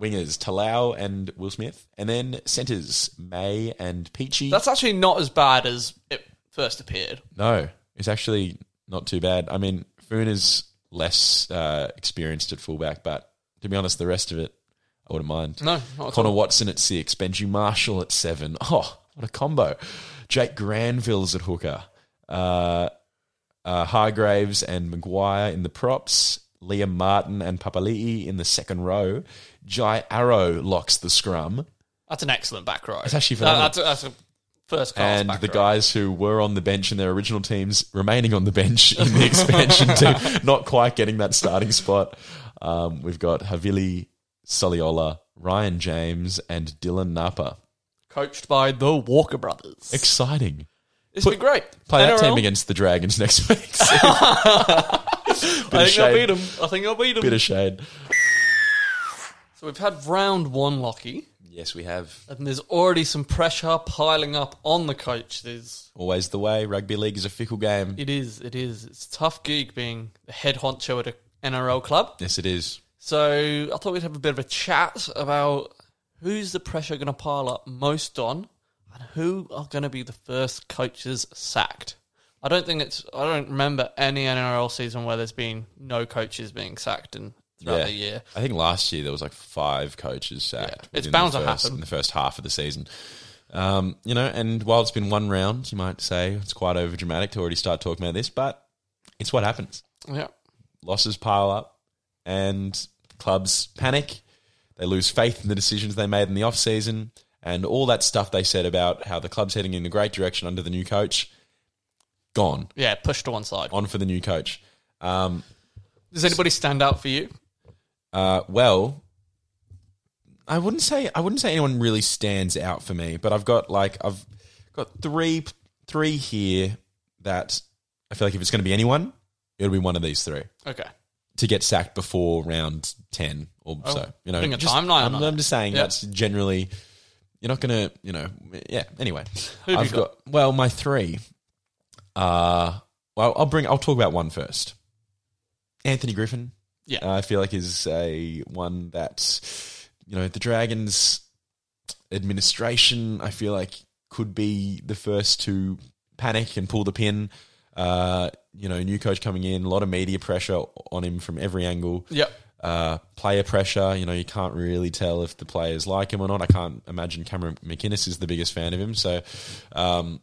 E: Wingers, Talau and Will Smith. And then centres, May and Peachy.
F: That's actually not as bad as it first appeared.
E: no, it's actually not too bad. I mean, Funa's less uh, experienced at fullback, but to be honest, the rest of it, I wouldn't mind.
F: No, not at
E: Connor
F: all.
E: Watson at six, Benji Marshall at seven. Oh, what a combo. Jake Granville's at hooker. Uh, uh, Hargraves and Maguire in the props. Liam Martin and Papali'i in the second row. Jai Arrow locks the scrum.
F: That's an excellent back row. That's
E: actually phenomenal.
F: that's, a, that's a first class
E: and
F: back
E: the
F: row.
E: guys who were on the bench in their original teams remaining on the bench in the expansion team, not quite getting that starting spot. Um, we've got Havili, Soliola, Ryan James, and Dylan Napa.
F: coached by the Walker brothers.
E: Exciting.
F: it's been great.
E: Play that
F: NRL,
E: team against the Dragons next week. See if- bit,
F: I
E: of
F: think I'll beat
E: shade,
F: them. I think I'll beat them.
E: bit of shade.
F: so we've had round one, Lockie,
E: Yes, we have.
F: and there's already some pressure piling up on the coach. There's
E: Always the way. Rugby league is a fickle game.
F: It is. It is. It's a tough gig being the head honcho at a NRL club.
E: Yes, it is.
F: So I thought we'd have a bit of a chat about who's the pressure going to pile up most on, and who are going to be the first coaches sacked. I don't think it's. I don't remember any NRL season where there's been no coaches being sacked in throughout the year.
E: I think last year there was like five coaches sacked.
F: Yeah. It's
E: within
F: bound
E: the
F: to
E: first,
F: happen.
E: in the first half of the season. Um, you know, and while it's been one round, you might say it's quite over dramatic to already start talking about this, but it's what happens.
F: Yeah,
E: Losses pile up, and clubs panic. They lose faith in the decisions they made in the off season, and all that stuff they said about how the club's heading in the great direction under the new coach. Gone
F: yeah, pushed to one side.
E: on for the new coach. Um,
F: Does anybody stand out for you?
E: Uh, well, I wouldn't say I wouldn't say anyone really stands out for me, but I've got like I've got three three here that I feel like if it's going to be anyone, it'll be one of these three
F: Okay,
E: to get sacked before round ten or so. You know,
F: Oh, putting a
E: just-
F: timeline
E: I'm,
F: on
E: I'm
F: it.
E: just saying
F: Yeah.
E: that's generally you're not going to you know yeah. Anyway,
F: Who've
E: I've
F: you got?
E: well my three. Uh, well, I'll bring I'll talk about one first. Anthony Griffin.
F: yeah,
E: I feel like is a one that you know the Dragons administration. I feel like could be the first to panic and pull the pin. Uh, you know, new coach coming in, a lot of media pressure on him from every angle.
F: Yep.
E: Uh, player pressure. You know, you can't really tell if the players like him or not. I can't imagine Cameron McInnes is the biggest fan of him. So, um,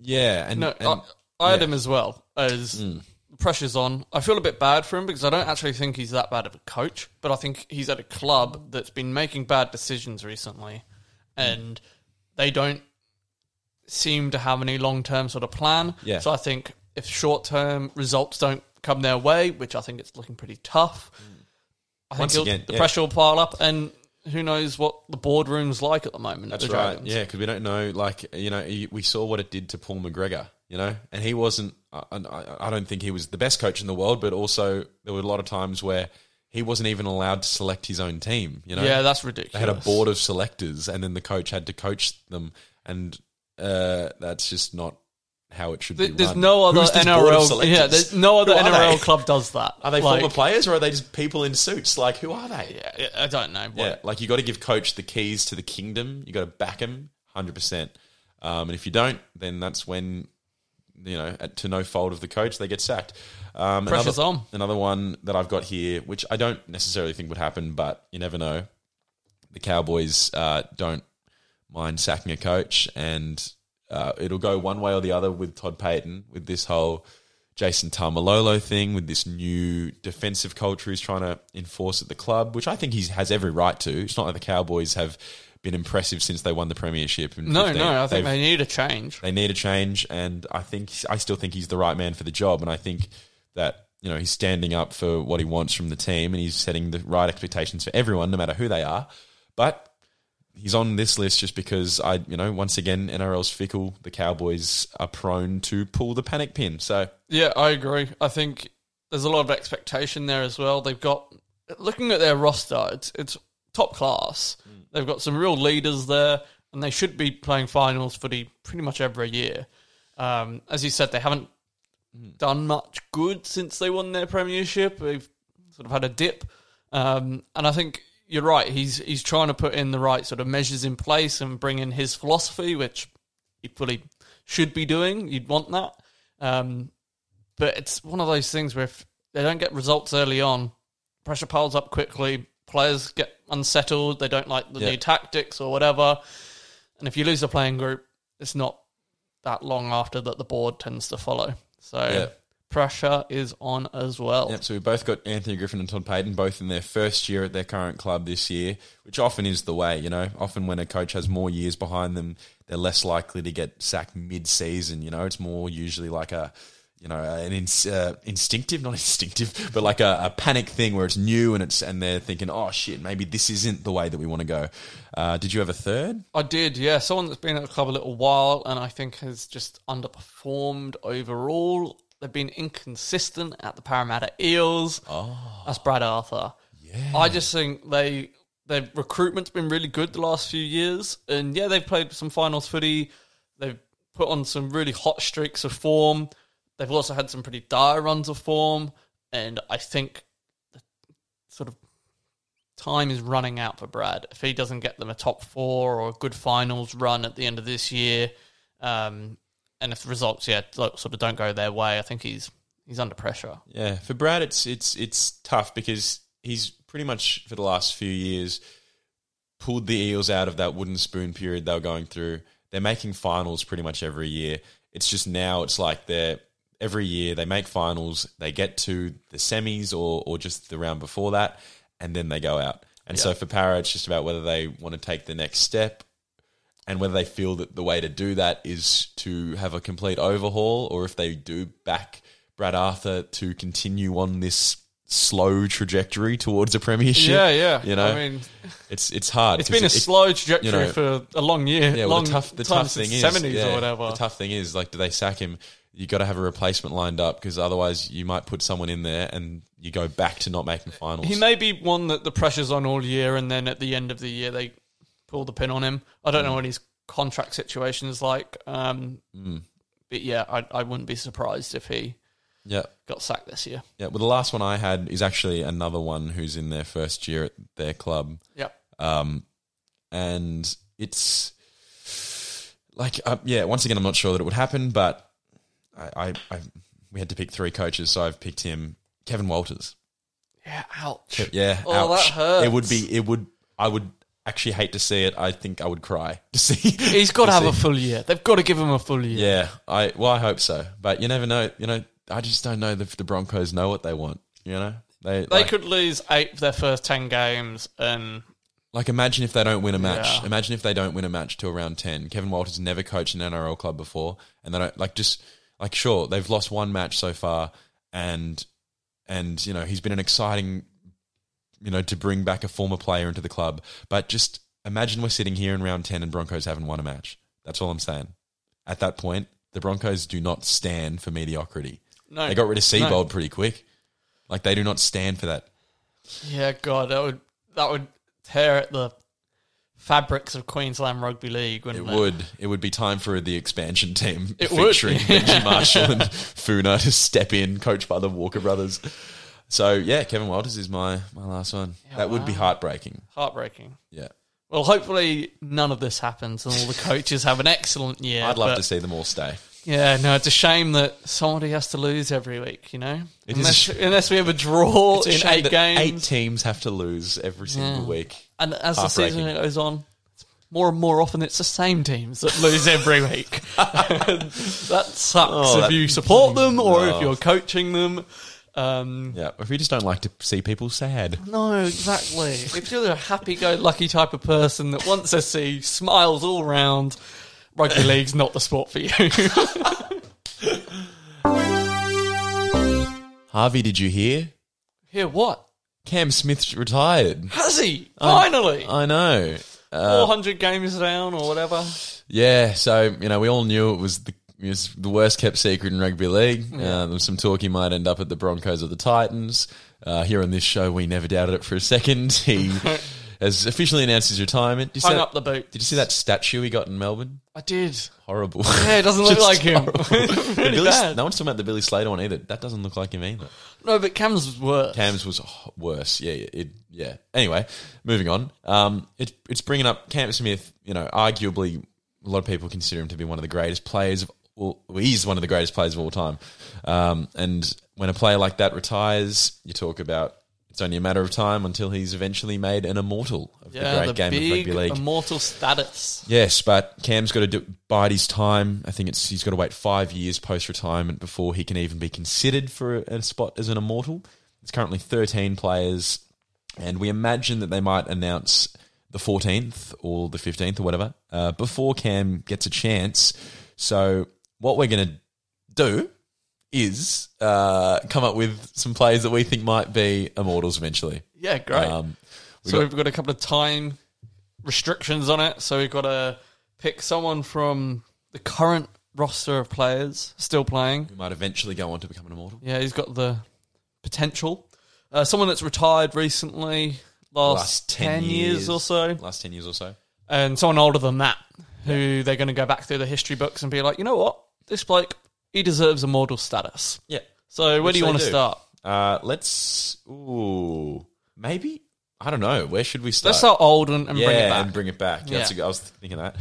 E: yeah, and,
F: no,
E: and-
F: I, I had
E: yeah. Hmm.
F: him as well as the pressure's on. I feel a bit bad for him because I don't actually think he's that bad of a coach, but I think he's at a club that's been making bad decisions recently,
E: Hmm.
F: and they don't seem to have any long term sort of plan.
E: Yeah.
F: So I think if short term results don't come their way, which I think it's looking pretty tough, I think
E: Hmm. Once
F: he'll-
E: again,
F: the
E: yeah.
F: pressure will pile up and. Who knows what the boardroom's like at the moment? at
E: That's
F: the
E: right.
F: Dragons.
E: Yeah, because we don't know. Like you know, you- we saw what it did to Paul McGregor. You know, and he wasn't. I, I, I don't think he was the best coach in the world, but also there were a lot of times where he wasn't even allowed to select his own team. You know,
F: yeah, that's ridiculous.
E: they had a board of selectors, and then the coach had to coach them, and uh, that's just not how it should
F: Th-
E: be.
F: There's
E: run.
F: no other
E: Who's this board of
F: NRL. Yeah,
E: selectors?
F: there's no other
E: Who are
F: NRL
E: they?
F: club does that.
E: Are they
F: Like,
E: former players or are they just people in suits? Like, who are they?
F: yeah, I don't know.
E: Yeah,
F: What,
E: like you got to give coach the keys to the kingdom. You got to back him hundred percent. Um, and if you don't, then that's when you know at, to no fault of the coach they get sacked. Um,
F: Pressure's
E: another,
F: on.
E: Another one that I've got here, which I don't necessarily think would happen, but you never know. The Cowboys uh, don't mind sacking a coach, and uh, it'll go one way or the other with Todd Payton with this whole Jason Tamalolo thing, with this new defensive culture he's trying to enforce at the club, which I think he has every right to. It's not like the Cowboys have been impressive since they won the premiership. In
F: No,
E: 15.
F: no. I think
E: They've-
F: they need a change.
E: they need a change, and I think I still think he's the right man for the job, and I think that you know he's standing up for what he wants from the team, and he's setting the right expectations for everyone, no matter who they are. But he's on this list just because I, you know, once again NRL's fickle. The Cowboys are prone to pull the panic pin, so
F: Yeah, I agree. I think there's a lot of expectation there as well. They've got looking at their roster, it's it's top class.
E: Mm.
F: They've got some real leaders there, and they should be playing finals footy pretty much every year. Um, as you said, they haven't done much good since they won their premiership. They've sort of had a dip, um, and I think you're right. He's he's trying to put in the right sort of measures in place and bring in his philosophy, which he fully should be doing. You'd want that. Um, but it's one of those things where if they don't get results early on, pressure piles up quickly, players get unsettled, they don't like the
E: Yeah.
F: new tactics or whatever. And if you lose a playing group, it's not that long after that the board tends to follow. So
E: Yeah.
F: pressure is on as well.
E: Yep, so we both got Anthony Griffin and Todd Payton both in their first year at their current club this year, which often is the way, you know. Often when a coach has more years behind them, they're less likely to get sacked mid-season, you know. It's more usually like a you know, an ins uh, instinctive, not instinctive, but like a, a panic thing where it's new and it's and they're thinking, oh shit, maybe this isn't the way that we want to go. Uh, did you have a third?
F: I did, yeah. Someone that's been at the club a little while and I think has just underperformed overall. They've been inconsistent at the Parramatta Eels. Oh. That's Brad Arthur. Yeah. I just think they their recruitment's been really good the last few years. And yeah, they've played some finals footy. They've put on some really hot streaks of form. They've also had some pretty dire runs of form. And I think the sort of time is running out for Brad. If he doesn't get them a top four or a good finals run at the end of this year, um, and if the results yeah sort of don't go their way, I think he's he's under pressure.
E: Yeah, for Brad, it's it's it's tough because he's pretty much for the last few years pulled the Eels out of that wooden spoon period they were going through. They're making finals pretty much every year. It's just now it's like they're every year they make finals, they get to the semis or or just the round before that, and then they go out. And so for Para, it's just about whether they want to take the next step and whether they feel that the way to do that is to have a complete overhaul or if they do back Brad Arthur to continue on this slow trajectory towards a premiership.
F: Yeah, yeah.
E: You know,
F: I mean,
E: it's it's hard.
F: it's
E: 'cause
F: been a
E: it- it-
F: slow trajectory
E: you know,
F: for a long year.
E: yeah, well,
F: long
E: the tough, the
F: time
E: tough
F: since
E: thing is
F: 70s
E: yeah,
F: or whatever.
E: The tough thing is like, do they sack him? You got to have a replacement lined up because otherwise you might put someone in there and you go back to not making finals.
F: He may be one that the pressure's on all year, and then at the end of the year they pull the pin on him. I
E: Mm.
F: don't know what his contract situation is like, um,
E: Mm.
F: but yeah, I, I wouldn't be surprised if he
E: yeah,
F: got sacked this year.
E: yeah. Well, the last one I had is actually another one who's in their first year at their club.
F: Yep.
E: Um, and it's like, uh, yeah, once again, I'm not sure that it would happen, but I, I, I, we had to pick three coaches, so I've picked him, Kevin Walters.
F: Yeah. Ouch.
E: Yeah,
F: Oh,
E: ouch.
F: that hurts.
E: It would be, it would, I would actually hate to see it. I think I would cry to see.
F: He's got to have a
E: see.
F: full year. They've got to give him a full year.
E: Yeah, I, well, I hope so, but you never know. You know, I just don't know if the Broncos know what they want. You know, they
F: They
E: like,
F: could lose eight of their first ten games, and
E: Like, imagine if they don't win a match.
F: Yeah.
E: Imagine if they don't win a match till round 10. Kevin Walters never coached an NRL club before. And they don't, like, just, like, sure, they've lost one match so far. And, and, you know, he's been an exciting, you know, to bring back a former player into the club. But just imagine we're sitting here in round 10 and Broncos haven't won a match. That's all I'm saying. At that point, the Broncos do not stand for mediocrity.
F: no,
E: They got rid of Seabold
F: No.
E: pretty quick. Like, they do not stand for that.
F: Yeah, God, that would that would tear at the fabrics of Queensland Rugby League,
E: It
F: wouldn't it?
E: would. It would be time for the expansion team
F: It would.
E: featuring Benji Marshall and Funa to step in, coached by the Walker brothers. So yeah, Kevin Walters is my my last one. that would be heartbreaking.
F: Heartbreaking.
E: Yeah,
F: Well, hopefully none of this happens, and all the coaches have an excellent year.
E: I'd love
F: but-
E: to see them all stay.
F: Yeah, no, it's a shame that somebody has to lose every week. You know,
E: It is a
F: unless,
E: sh-
F: unless we have a draw
E: It's a
F: in
E: shame
F: eight
E: that Eight
F: games,
E: teams have to lose every single
F: Yeah.
E: week.
F: and as the season
E: Heartbreaking.
F: goes on. it's More and more often, it's the same teams that lose every week. that sucks. if
E: Oh, that-
F: you support them or
E: Oh.
F: if you're coaching them, um,
E: Yeah, if we just don't like to see people sad.
F: No, exactly. if you're a happy-go-lucky type of person that wants to see smiles all round, rugby league's not the sport for you.
E: Harvey, did you hear?
F: Hear what?
E: Cam Smith retired.
F: Has he
E: Uh,
F: finally
E: I know. uh,
F: four hundred games down or whatever?
E: Yeah, so you know, we all knew it was the it was the worst kept secret in rugby league. Uh, there was some talk he might end up at the Broncos or the Titans. Uh, here on this show, we never doubted it for a second. He has officially announced his retirement. Did you, see
F: Hung
E: that,
F: up the boot.
E: did you see that statue he got in Melbourne?
F: I did.
E: Horrible.
F: Yeah, it doesn't look
E: Just
F: like him.
E: horrible.
F: Really
E: Billy-
F: bad.
E: No one's talking about the Billy Slater one either. That doesn't look like him either.
F: No, but Cam's was worse.
E: Cam's was h- worse. Yeah, yeah, it, yeah. Anyway, moving on. Um, it, it's bringing up Cam Smith. You know, arguably, a lot of people consider him to be one of the greatest players of. All, well, he's one of the greatest players of all time. Um, and when a player like that retires, you talk about it's only a matter of time until he's eventually made an immortal of the
F: yeah, the,
E: great game of
F: big
E: rugby league.
F: immortal status.
E: Yes, but Cam's got to do, bide his time. I think it's he's got to wait five years post retirement before he can even be considered for a, a spot as an immortal. It's currently thirteen players, and we imagine that they might announce the fourteenth or the fifteenth or whatever uh, before Cam gets a chance. So what we're going to do is uh, come up with some players that we think might be immortals eventually.
F: Yeah, great.
E: Um, we
F: so
E: got-
F: we've got a couple of time restrictions on it. So we've got to pick someone from the current roster of players still playing.
E: who might eventually go on to become an immortal.
F: Yeah, he's got the potential. Uh, someone that's retired recently, last, 10, years, or so,
E: Last ten years or so.
F: and someone older than that, who they're going to go back through the history books and be like, you know what? This bloke, he deserves immortal status.
E: Yeah.
F: So where
E: Which
F: do you
E: they
F: want to
E: do.
F: start?
E: Uh, let's. Ooh, maybe I don't know. Where should we start?
F: Let's start old and, and
E: yeah,
F: bring it back.
E: and bring it back. Yeah, that's
F: Yeah.
E: a good- I was thinking that.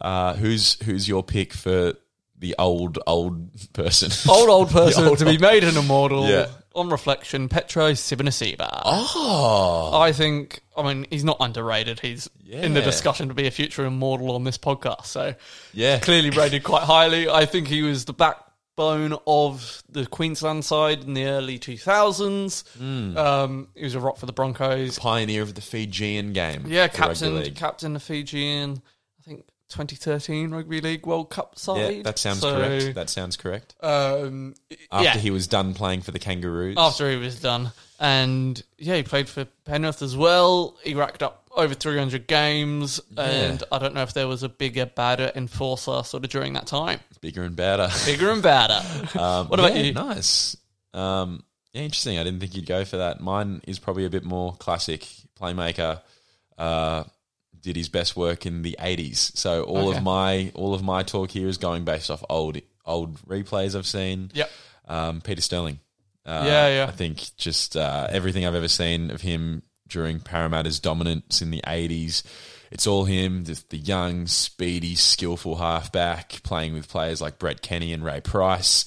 E: Uh, who's who's your pick for the old old person.
F: Old old person
E: old
F: to be made an immortal.
E: Yeah.
F: On reflection, Petro Sivanasiva.
E: oh,
F: I think, I mean, he's not underrated. He's in the
E: Yeah.
F: discussion to be a future immortal on this podcast. So
E: yeah,
F: clearly rated quite highly. I think he was the backbone of the Queensland side in the early 2000s.
E: Hmm.
F: Um, he was a rock for the Broncos.
E: pioneer of the Fijian game.
F: Yeah,
E: for rugby
F: captain,
E: league.
F: captain of Fijian, I think 2013 Rugby League World Cup side.
E: yeah, that sounds
F: So,
E: correct. That sounds correct.
F: um,
E: After
F: yeah,
E: he was done playing for the Kangaroos,
F: after he was done. And yeah, he played for Penrith as well. He racked up over 300 games. And I don't know if there was a bigger, badder enforcer sort of during that time.
E: bigger and better.
F: Bigger and badder.
E: Um,
F: What about
E: yeah,
F: you?
E: Nice. Um, yeah, interesting. I didn't think you'd go for that. Mine is probably a bit more classic playmaker. Uh, did his best work in the '80s. So all
F: Okay.
E: of my all of my talk here is going based off old old replays I've seen.
F: Yep.
E: Um, Peter Sterling. Uh,
F: Yeah, yeah.
E: I think just uh, everything I've ever seen of him during Parramatta's dominance in the 80s, it's all him, the, the young, speedy, skillful halfback playing with players like Brett Kenny and Ray Price.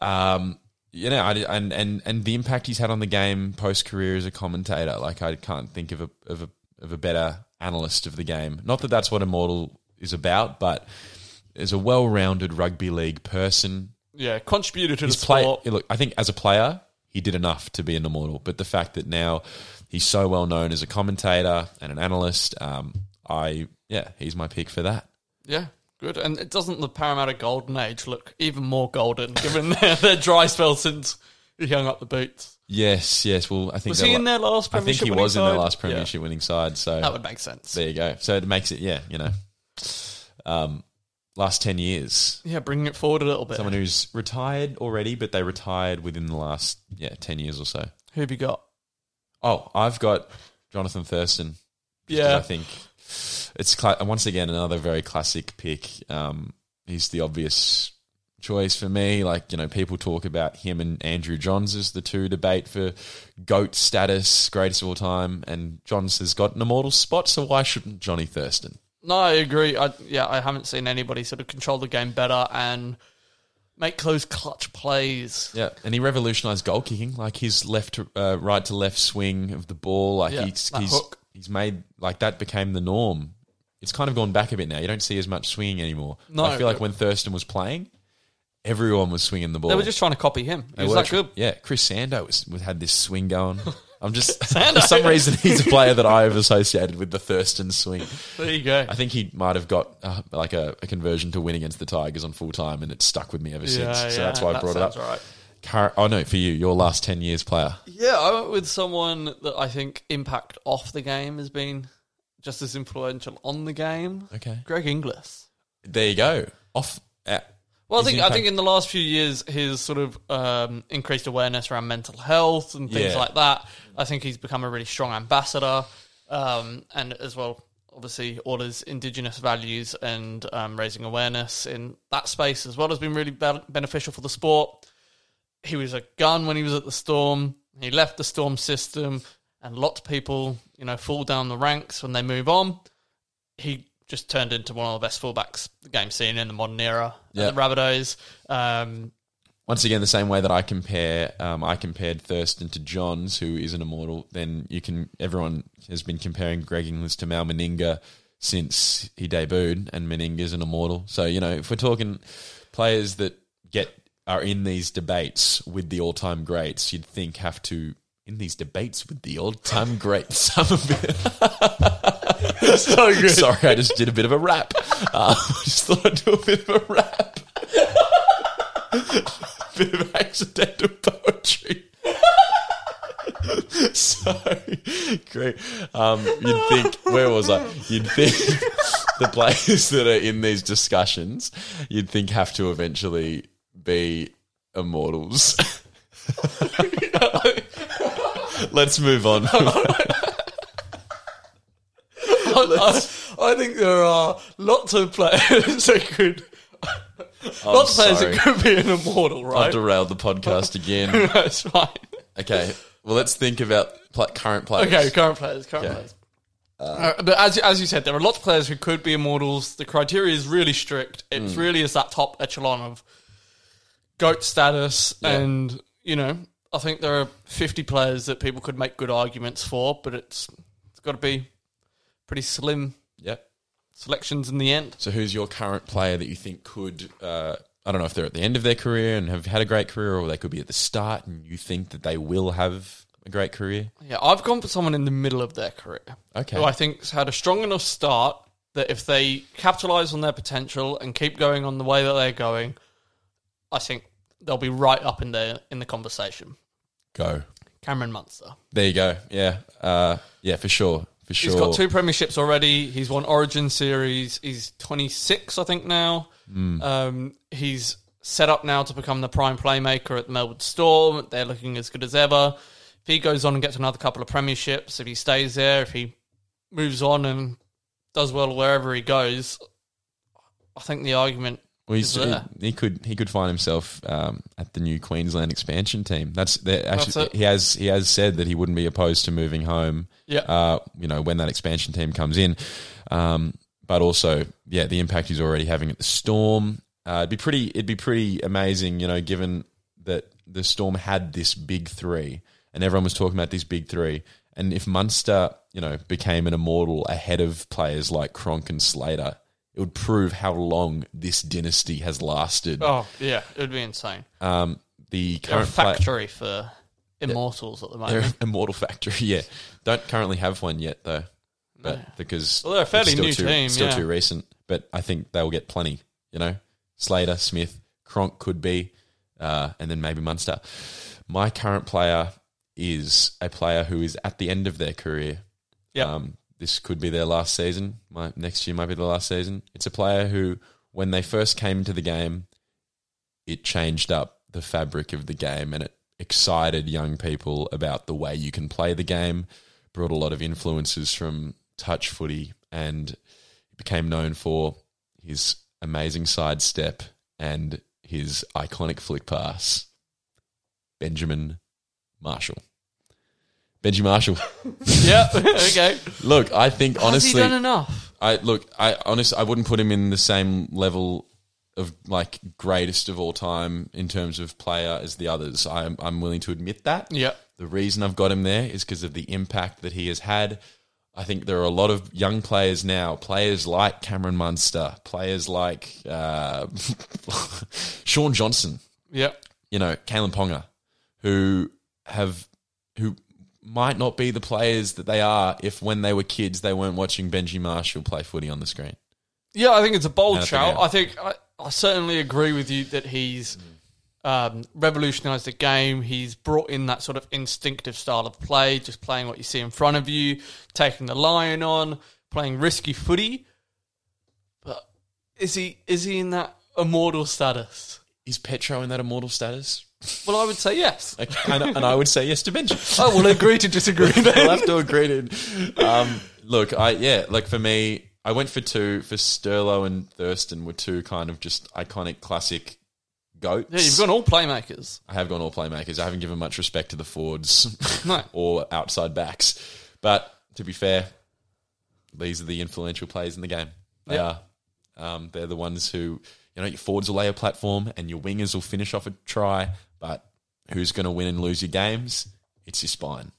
E: Um, you know, I, and, and, and the impact he's had on the game post career as a commentator. Like, I can't think of a, of, a, of a better analyst of the game. Not that that's what Immortal is about, but as a well rounded rugby league person,
F: Yeah, contributed to the
E: his play.
F: sport.
E: Look, I think as a player, he did enough to be an immortal. But the fact that now he's so well known as a commentator and an analyst, um, I yeah, he's my pick for that.
F: Yeah, good. And it doesn't the Parramatta Golden Age look even more golden given their, their dry spell since he hung up the boots?
E: Yes, yes. Well, I think
F: Was
E: they're
F: he in
E: la-
F: their last
E: I think
F: premiership
E: he
F: winning
E: was in their
F: side?
E: last
F: Yeah. Oh.
E: premiership winning side. So
F: That would make sense.
E: there you go. So it makes it yeah, you know, um, last ten years.
F: Yeah, bringing it forward a little bit.
E: Someone who's retired already, but they retired within the last yeah ten years or so.
F: Who have you got?
E: Oh, I've got Jonathan Thurston.
F: Yeah.
E: I think it's cla- once again another very classic pick. Um, he's the obvious choice for me. Like you know, people talk about him and Andrew Johns as the two debate for goat status, greatest of all time, and Johns has got an immortal spot. So why shouldn't Johnny Thurston?
F: No, I agree. I, yeah, I haven't seen anybody sort of control the game better and make close clutch plays.
E: Yeah, and he revolutionized goal kicking, like his left to uh, right to left swing of the ball, like
F: Yeah,
E: he's
F: that
E: he's
F: hook.
E: he's made like that became the norm. It's kind of gone back a bit now. You don't see as much swinging anymore.
F: No,
E: I feel like
F: but-
E: when Thurston was playing, everyone was swinging the ball.
F: They were just trying to copy him. He
E: They
F: was
E: were
F: that
E: tr-
F: good.
E: Yeah, Chris Sando was, was had this swing going. I'm just for some reason he's a player that I have associated with the Thurston swing.
F: There you go.
E: I think he might have got uh, like a, a conversion to win against the Tigers on full time, and it stuck with me ever since. so that's why I
F: that
E: brought it
F: sounds
E: up.
F: Right.
E: Car- oh no, for you, your last ten years player.
F: Yeah, I went with someone that I think impact off the game has been just as influential on the game.
E: Okay.
F: Greg Inglis.
E: There you go. Off. Uh,
F: Well, I
E: his
F: think I
E: impact-
F: think in the last few years, his sort of um, increased awareness around mental health and things
E: Yeah.
F: like that. I think he's become a really strong ambassador, um, and as well, obviously, all his indigenous values and um, raising awareness in that space as well has been really be- beneficial for the sport. He was a gun when he was at the Storm. He left the Storm system, and lots of people, you know, fall down the ranks when they move on he just turned into one of the best fullbacks the game's seen in the modern era.
E: Yeah.
F: Yeah. The Rabbitohs. Um,
E: once again, the same way that I compare, um, I compared Thurston to Johns, who is an immortal. Then you can. Everyone has been comparing Greg Inglis to Mal Meninga since he debuted, and Meninga's an immortal. So you know, if we're talking players that get are in these debates with the all-time greats, you'd think have to. In these debates with the all-time greats, some of it. so good. Sorry, I just did a bit of a rap. Uh, I just thought I'd do a bit of a rap bit of accidental poetry. so great. Um, you'd think where was I? You'd think the players that are in these discussions, you'd think have to eventually be immortals. Let's move on.
F: I, I think there are lots of players that could, lots of players
E: sorry.
F: that could be an immortal,
E: I've
F: right?
E: derailed the podcast again.
F: That's fine.
E: Okay, well, let's think about pl- current players.
F: Okay, current players, current
E: Okay.
F: players. Uh, but as as you said, there are lots of players who could be immortals. The criteria is really strict. It really is that top echelon of goat status, and you know, I think there are fifty players that people could make good arguments for, but it's it's got to be pretty slim
E: Yep.
F: selections in the end.
E: So who's your current player that you think could? Uh, I don't know if they're at the end of their career and have had a great career, or they could be at the start and you think that they will have a great career.
F: Yeah, I've gone for someone in the middle of their career.
E: Okay.
F: Who I think's had a strong enough start that if they capitalize on their potential and keep going on the way that they're going, I think they'll be right up in the in the conversation.
E: Go.
F: Cameron Munster.
E: There you go. Yeah. Uh, yeah, for sure. For sure.
F: He's got two premierships already. He's won Origin Series. He's 26, I think, now.
E: Hmm.
F: Um, he's set up now to become the prime playmaker at the Melbourne Storm. They're looking as good as ever. If he goes on and gets another couple of premierships, if he stays there, if he moves on and does well wherever he goes, I think the argument
E: Well,
F: is
E: he's, he,
F: there.
E: he could he could find himself um, at the new Queensland expansion team. That's they're actually
F: That's it.
E: he has he has said that he wouldn't be opposed to moving home.
F: Yeah.
E: uh, you know when that expansion team comes in, um, but also yeah, the impact he's already having at the Storm. Uh, it'd be pretty it'd be pretty amazing, you know, given that the Storm had this big three and everyone was talking about this big three. And if Munster, you know, became an immortal ahead of players like Cronk and Slater, it would prove how long this dynasty has lasted.
F: Oh, yeah, it would be insane.
E: Um, the
F: They're a
E: current pla-
F: factory for immortals at the
E: they're
F: moment.
E: an immortal factory. Yeah, don't currently have one yet though, but because
F: Well, they're a
E: it's
F: fairly
E: still
F: new
E: too,
F: team,
E: still
F: yeah.
E: too recent. But I think they'll get plenty. You know, Slater, Smith, Cronk could be, uh, and then maybe Munster. My current player is a player who is at the end of their career.
F: Yeah.
E: Um, this could be their last season. My next year might be the last season. It's a player who, when they first came into the game, it changed up the fabric of the game and it excited young people about the way you can play the game. Brought a lot of influences from touch footy and became known for his amazing sidestep and his iconic flick pass. Benjamin Marshall. Benji Marshall.
F: yeah, okay.
E: Look, I think
F: Has he
E: honestly,
F: done enough?
E: I look, I honestly, I wouldn't put him in the same level of like greatest of all time in terms of player as the others. I'm I'm willing to admit that.
F: Yeah.
E: The reason I've got him there is because of the impact that he has had. I think there are a lot of young players now, players like Cameron Munster, players like uh, Sean Johnson,
F: Yeah.
E: you know, Kalen Ponga, who have who might not be the players that they are if when they were kids they weren't watching Benji Marshall play footy on the screen.
F: Yeah, I think it's a bold
E: Nothing
F: shout. I
E: else.
F: think I, I certainly agree with you that he's um, revolutionised the game. He's brought in that sort of instinctive style of play, just playing what you see in front of you, taking the lion on, playing risky footy. But is he is he in that immortal status?
E: Is Petro in that immortal status?
F: Well, I would say yes.
E: Like, and, and I would say yes to Benji.
F: I will agree to disagree.
E: I'll
F: Then.
E: have to agree to. Um, look, I yeah, like for me, I went for two for Sterlo and Thurston were two kind of just iconic classic goats.
F: Yeah, you've gone all playmakers.
E: I have gone all playmakers. I haven't given much respect to the Fords
F: No.
E: or outside backs. But to be fair, these are the influential players in the game. They
F: Yeah.
E: are. Um, they're the ones who, you know, your Fords will lay a platform and your wingers will finish off a try. But who's going to win and lose your games? It's your spine.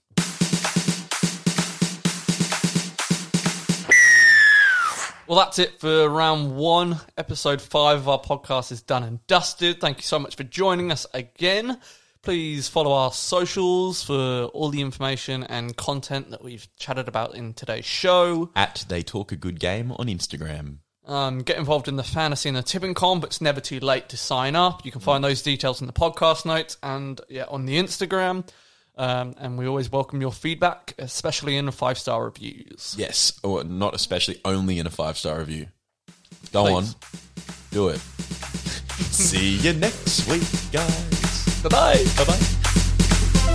F: Well, that's it for round one. Episode five of our podcast is done and dusted. Thank you so much for joining us again. Please follow our socials for all the information and content that we've chatted about in today's show.
E: At They Talk a Good Game on Instagram.
F: Um, get involved in the fantasy and the tipping comp. It's never too late to sign up. You can find those details in the podcast notes and yeah, on the Instagram. Um, and we always welcome your feedback, especially in five star reviews.
E: Yes, or not especially only in a five star review. Go
F: Please.
E: on, do it. See you next week, guys.
F: Bye bye.
E: Bye bye.